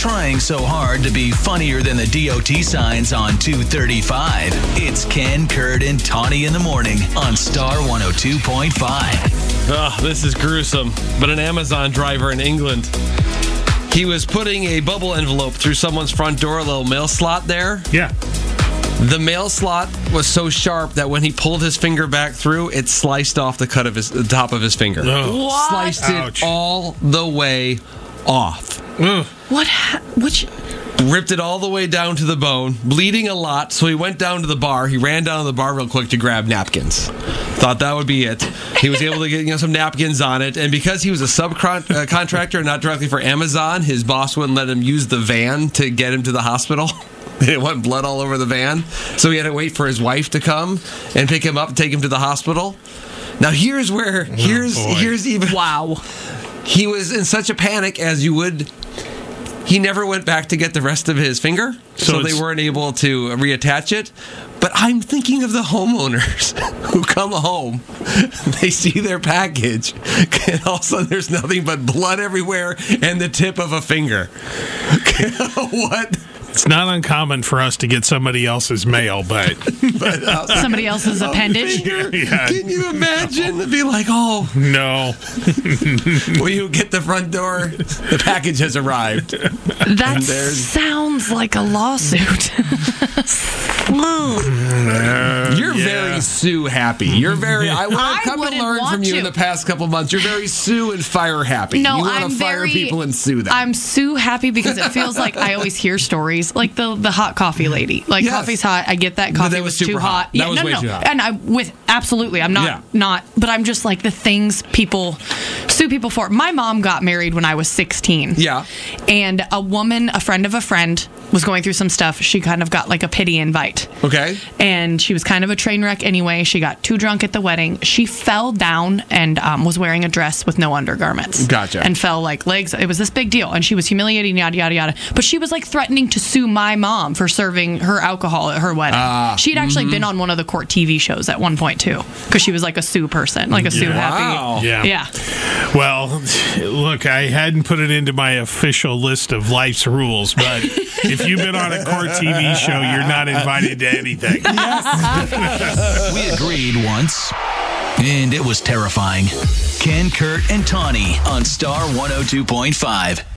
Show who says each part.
Speaker 1: trying so hard to be funnier than the DOT signs on 235. It's Ken, Kurt, and Tawny in the morning on Star 102.5.
Speaker 2: Ugh, Ah, this is gruesome. But an Amazon driver in England, he was putting a bubble envelope through someone's front door, a little mail slot there.
Speaker 3: Yeah.
Speaker 2: The mail slot was so sharp that when he pulled his finger back through, it sliced off the cut of his the top of his finger.
Speaker 3: What?
Speaker 2: Sliced
Speaker 3: Ouch.
Speaker 2: it all the way off.
Speaker 4: What? Ha- which?
Speaker 2: Ripped it all the way down to the bone, bleeding a lot. So he went down to the bar. He ran down to the bar real quick to grab napkins. Thought that would be it. He was able to get you know some napkins on it, and because he was a subcontractor, not directly for Amazon, his boss wouldn't let him use the van to get him to the hospital. It went blood all over the van, so he had to wait for his wife to come and pick him up, and take him to the hospital. Now here's where here's
Speaker 3: boy.
Speaker 2: here's even
Speaker 4: Wow.
Speaker 2: he was in such a panic as you would. He never went back to get the rest of his finger,
Speaker 3: So
Speaker 2: so, they
Speaker 3: it's-
Speaker 2: weren't able to reattach it. But I'm thinking of the homeowners who come home, they see their package, and all of a sudden there's nothing but blood everywhere and the tip of a finger. what?
Speaker 3: It's not uncommon for us to get somebody else's mail, but
Speaker 4: Somebody else's
Speaker 2: Oh,
Speaker 4: appendage.
Speaker 3: Yeah.
Speaker 2: Can you imagine? It'd be like, oh,
Speaker 3: no.
Speaker 2: will you get the front door? The package has arrived.
Speaker 4: That
Speaker 2: there's-
Speaker 4: sounds like a lawsuit.
Speaker 2: You're very Sue happy. You're very. I, what I've
Speaker 4: I
Speaker 2: come to
Speaker 4: wouldn't
Speaker 2: learn from
Speaker 4: want
Speaker 2: you in
Speaker 4: to.
Speaker 2: the past couple months, you're very Sue and fire happy.
Speaker 4: No,
Speaker 2: you wanna
Speaker 4: I'm
Speaker 2: fire
Speaker 4: very-
Speaker 2: people and sue them.
Speaker 4: I'm so happy because it feels like I always hear stories like the the hot coffee lady. Like
Speaker 2: Yes.
Speaker 4: coffee's hot. I get that coffee
Speaker 2: that was
Speaker 4: was,
Speaker 2: super
Speaker 4: too
Speaker 2: hot.
Speaker 4: hot.
Speaker 2: That was
Speaker 4: no,
Speaker 2: way
Speaker 4: no,
Speaker 2: too
Speaker 4: no.
Speaker 2: hot.
Speaker 4: And I with absolutely. I'm not
Speaker 2: Yeah.
Speaker 4: not. But I'm just like the things people sue people for. My mom got married when I was 16.
Speaker 2: Yeah.
Speaker 4: And a woman, a friend of a friend, was going through some stuff. She kind of got like a pity invite
Speaker 2: okay.
Speaker 4: and she was kind of a train wreck anyway. She got too drunk at the wedding. She fell down and um, was wearing a dress with no undergarments.
Speaker 2: Gotcha.
Speaker 4: And fell like legs. It was this big deal, and she was humiliating, yada yada yada. But she was like threatening to sue my mom for serving her alcohol at her wedding.
Speaker 2: Ah.
Speaker 4: she had
Speaker 2: Mm-hmm.
Speaker 4: actually been on one of the court TV shows at one point too, because she was like a sue person, like a sue
Speaker 2: Wow.
Speaker 4: happy.
Speaker 3: Yeah.
Speaker 4: Yeah.
Speaker 3: Well, look, I hadn't put it into my official list of life's rules, but if you've been on a court TV show, you're not invited to anything.
Speaker 1: We agreed once, and oh it was terrifying. Ken, Kurt, and Tawny on Star 102.5.